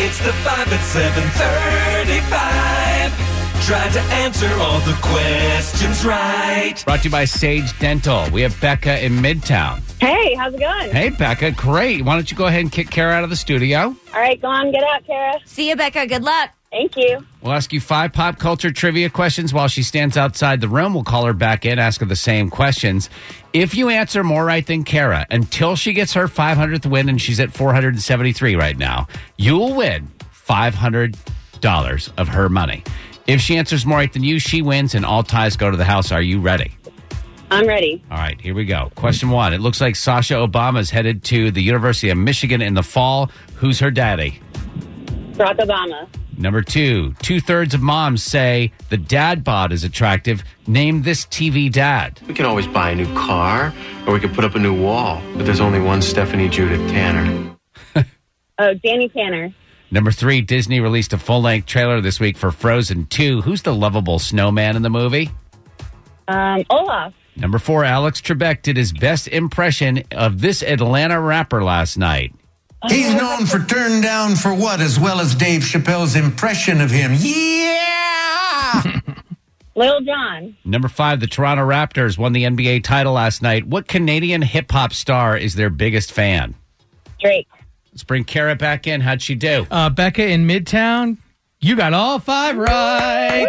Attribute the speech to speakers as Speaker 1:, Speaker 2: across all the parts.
Speaker 1: It's the 5 at 735. Try to answer all the questions right.
Speaker 2: Brought to you by Sage Dental. We have Becca in Midtown.
Speaker 3: Hey, how's it going?
Speaker 2: Hey, Becca, great. Why don't you go ahead and kick Kara out of the studio?
Speaker 3: All right, go on, get out, Kara.
Speaker 4: See you, Becca. Good luck.
Speaker 3: Thank you.
Speaker 2: We'll ask you five pop culture trivia questions while she stands outside the room. We'll call her back in, ask her the same questions. If you answer more right than Kara until she gets her 500th win, and she's at 473 right now, you'll win $500 of her money. If she answers more right than you, she wins, and all ties go to the house. Are you ready?
Speaker 3: I'm ready.
Speaker 2: All right, here we go. Question one. It looks like Sasha Obama's headed to the University of Michigan in the fall. Who's her daddy?
Speaker 3: Barack Obama.
Speaker 2: Number two, two thirds of moms say the dad bod is attractive. Name this TV dad.
Speaker 5: We can always buy a new car, or we could put up a new wall. But there's only one Stephanie Judith Tanner.
Speaker 3: Oh, Danny Tanner.
Speaker 2: Number three, Disney released a full length trailer this week for Frozen 2. Who's the lovable snowman in the movie?
Speaker 3: Um, Olaf.
Speaker 2: Number four, Alex Trebek did his best impression of this Atlanta rapper last night.
Speaker 6: He's known for Turn Down for What, as well as Dave Chappelle's impression of him. Yeah!
Speaker 3: Lil John.
Speaker 2: Number five, the Toronto Raptors won the NBA title last night. What Canadian hip hop star is their biggest fan?
Speaker 3: Drake.
Speaker 2: Let's bring Kara back in. How'd she do?
Speaker 7: uh, Becca in Midtown. You got all five right.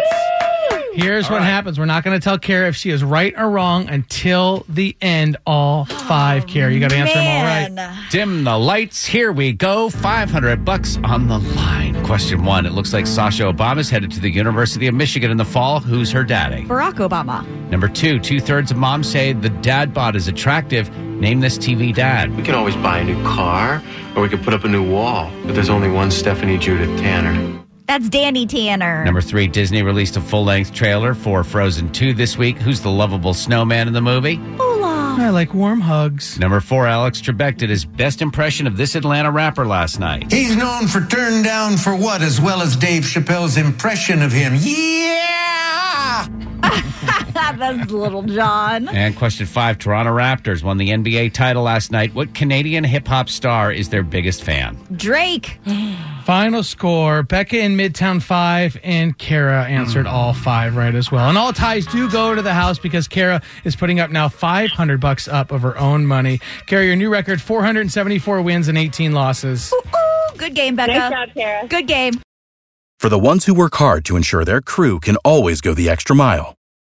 Speaker 7: Here's what happens. We're not going to tell Kara if she is right or wrong until the end. All five, Kara. You got to answer them all right.
Speaker 2: Dim the lights. Here we go. 500 bucks on the line. Question one. It looks like Sasha Obama's headed to the University of Michigan in the fall. Who's her daddy?
Speaker 4: Barack Obama.
Speaker 2: Number two. Two thirds of moms say the dad bod is attractive. Name this TV dad.
Speaker 5: We can always buy a new car, or we could put up a new wall. But there's only one Stephanie Judith Tanner.
Speaker 4: That's Danny Tanner.
Speaker 2: Number three. Disney released a full length trailer for Frozen 2 this week. Who's the lovable snowman in the movie?
Speaker 4: Olaf.
Speaker 7: I like warm hugs.
Speaker 2: Number four. Alex Trebek did his best impression of this Atlanta rapper last night.
Speaker 6: He's known for Turn Down for What, as well as Dave Chappelle's impression of him. Yeah!
Speaker 4: That's Little John.
Speaker 2: And question five Toronto Raptors won the NBA title last night. What Canadian hip hop star is their biggest fan?
Speaker 4: Drake.
Speaker 7: Final score Becca in Midtown five, and Kara answered all five right as well. And all ties do go to the house because Kara is putting up now 500 bucks up of her own money. Kara, your new record 474 wins and 18 losses.
Speaker 4: Ooh, good game, Becca.
Speaker 3: Nice job, Kara.
Speaker 4: Good game.
Speaker 8: For the ones who work hard to ensure their crew can always go the extra mile,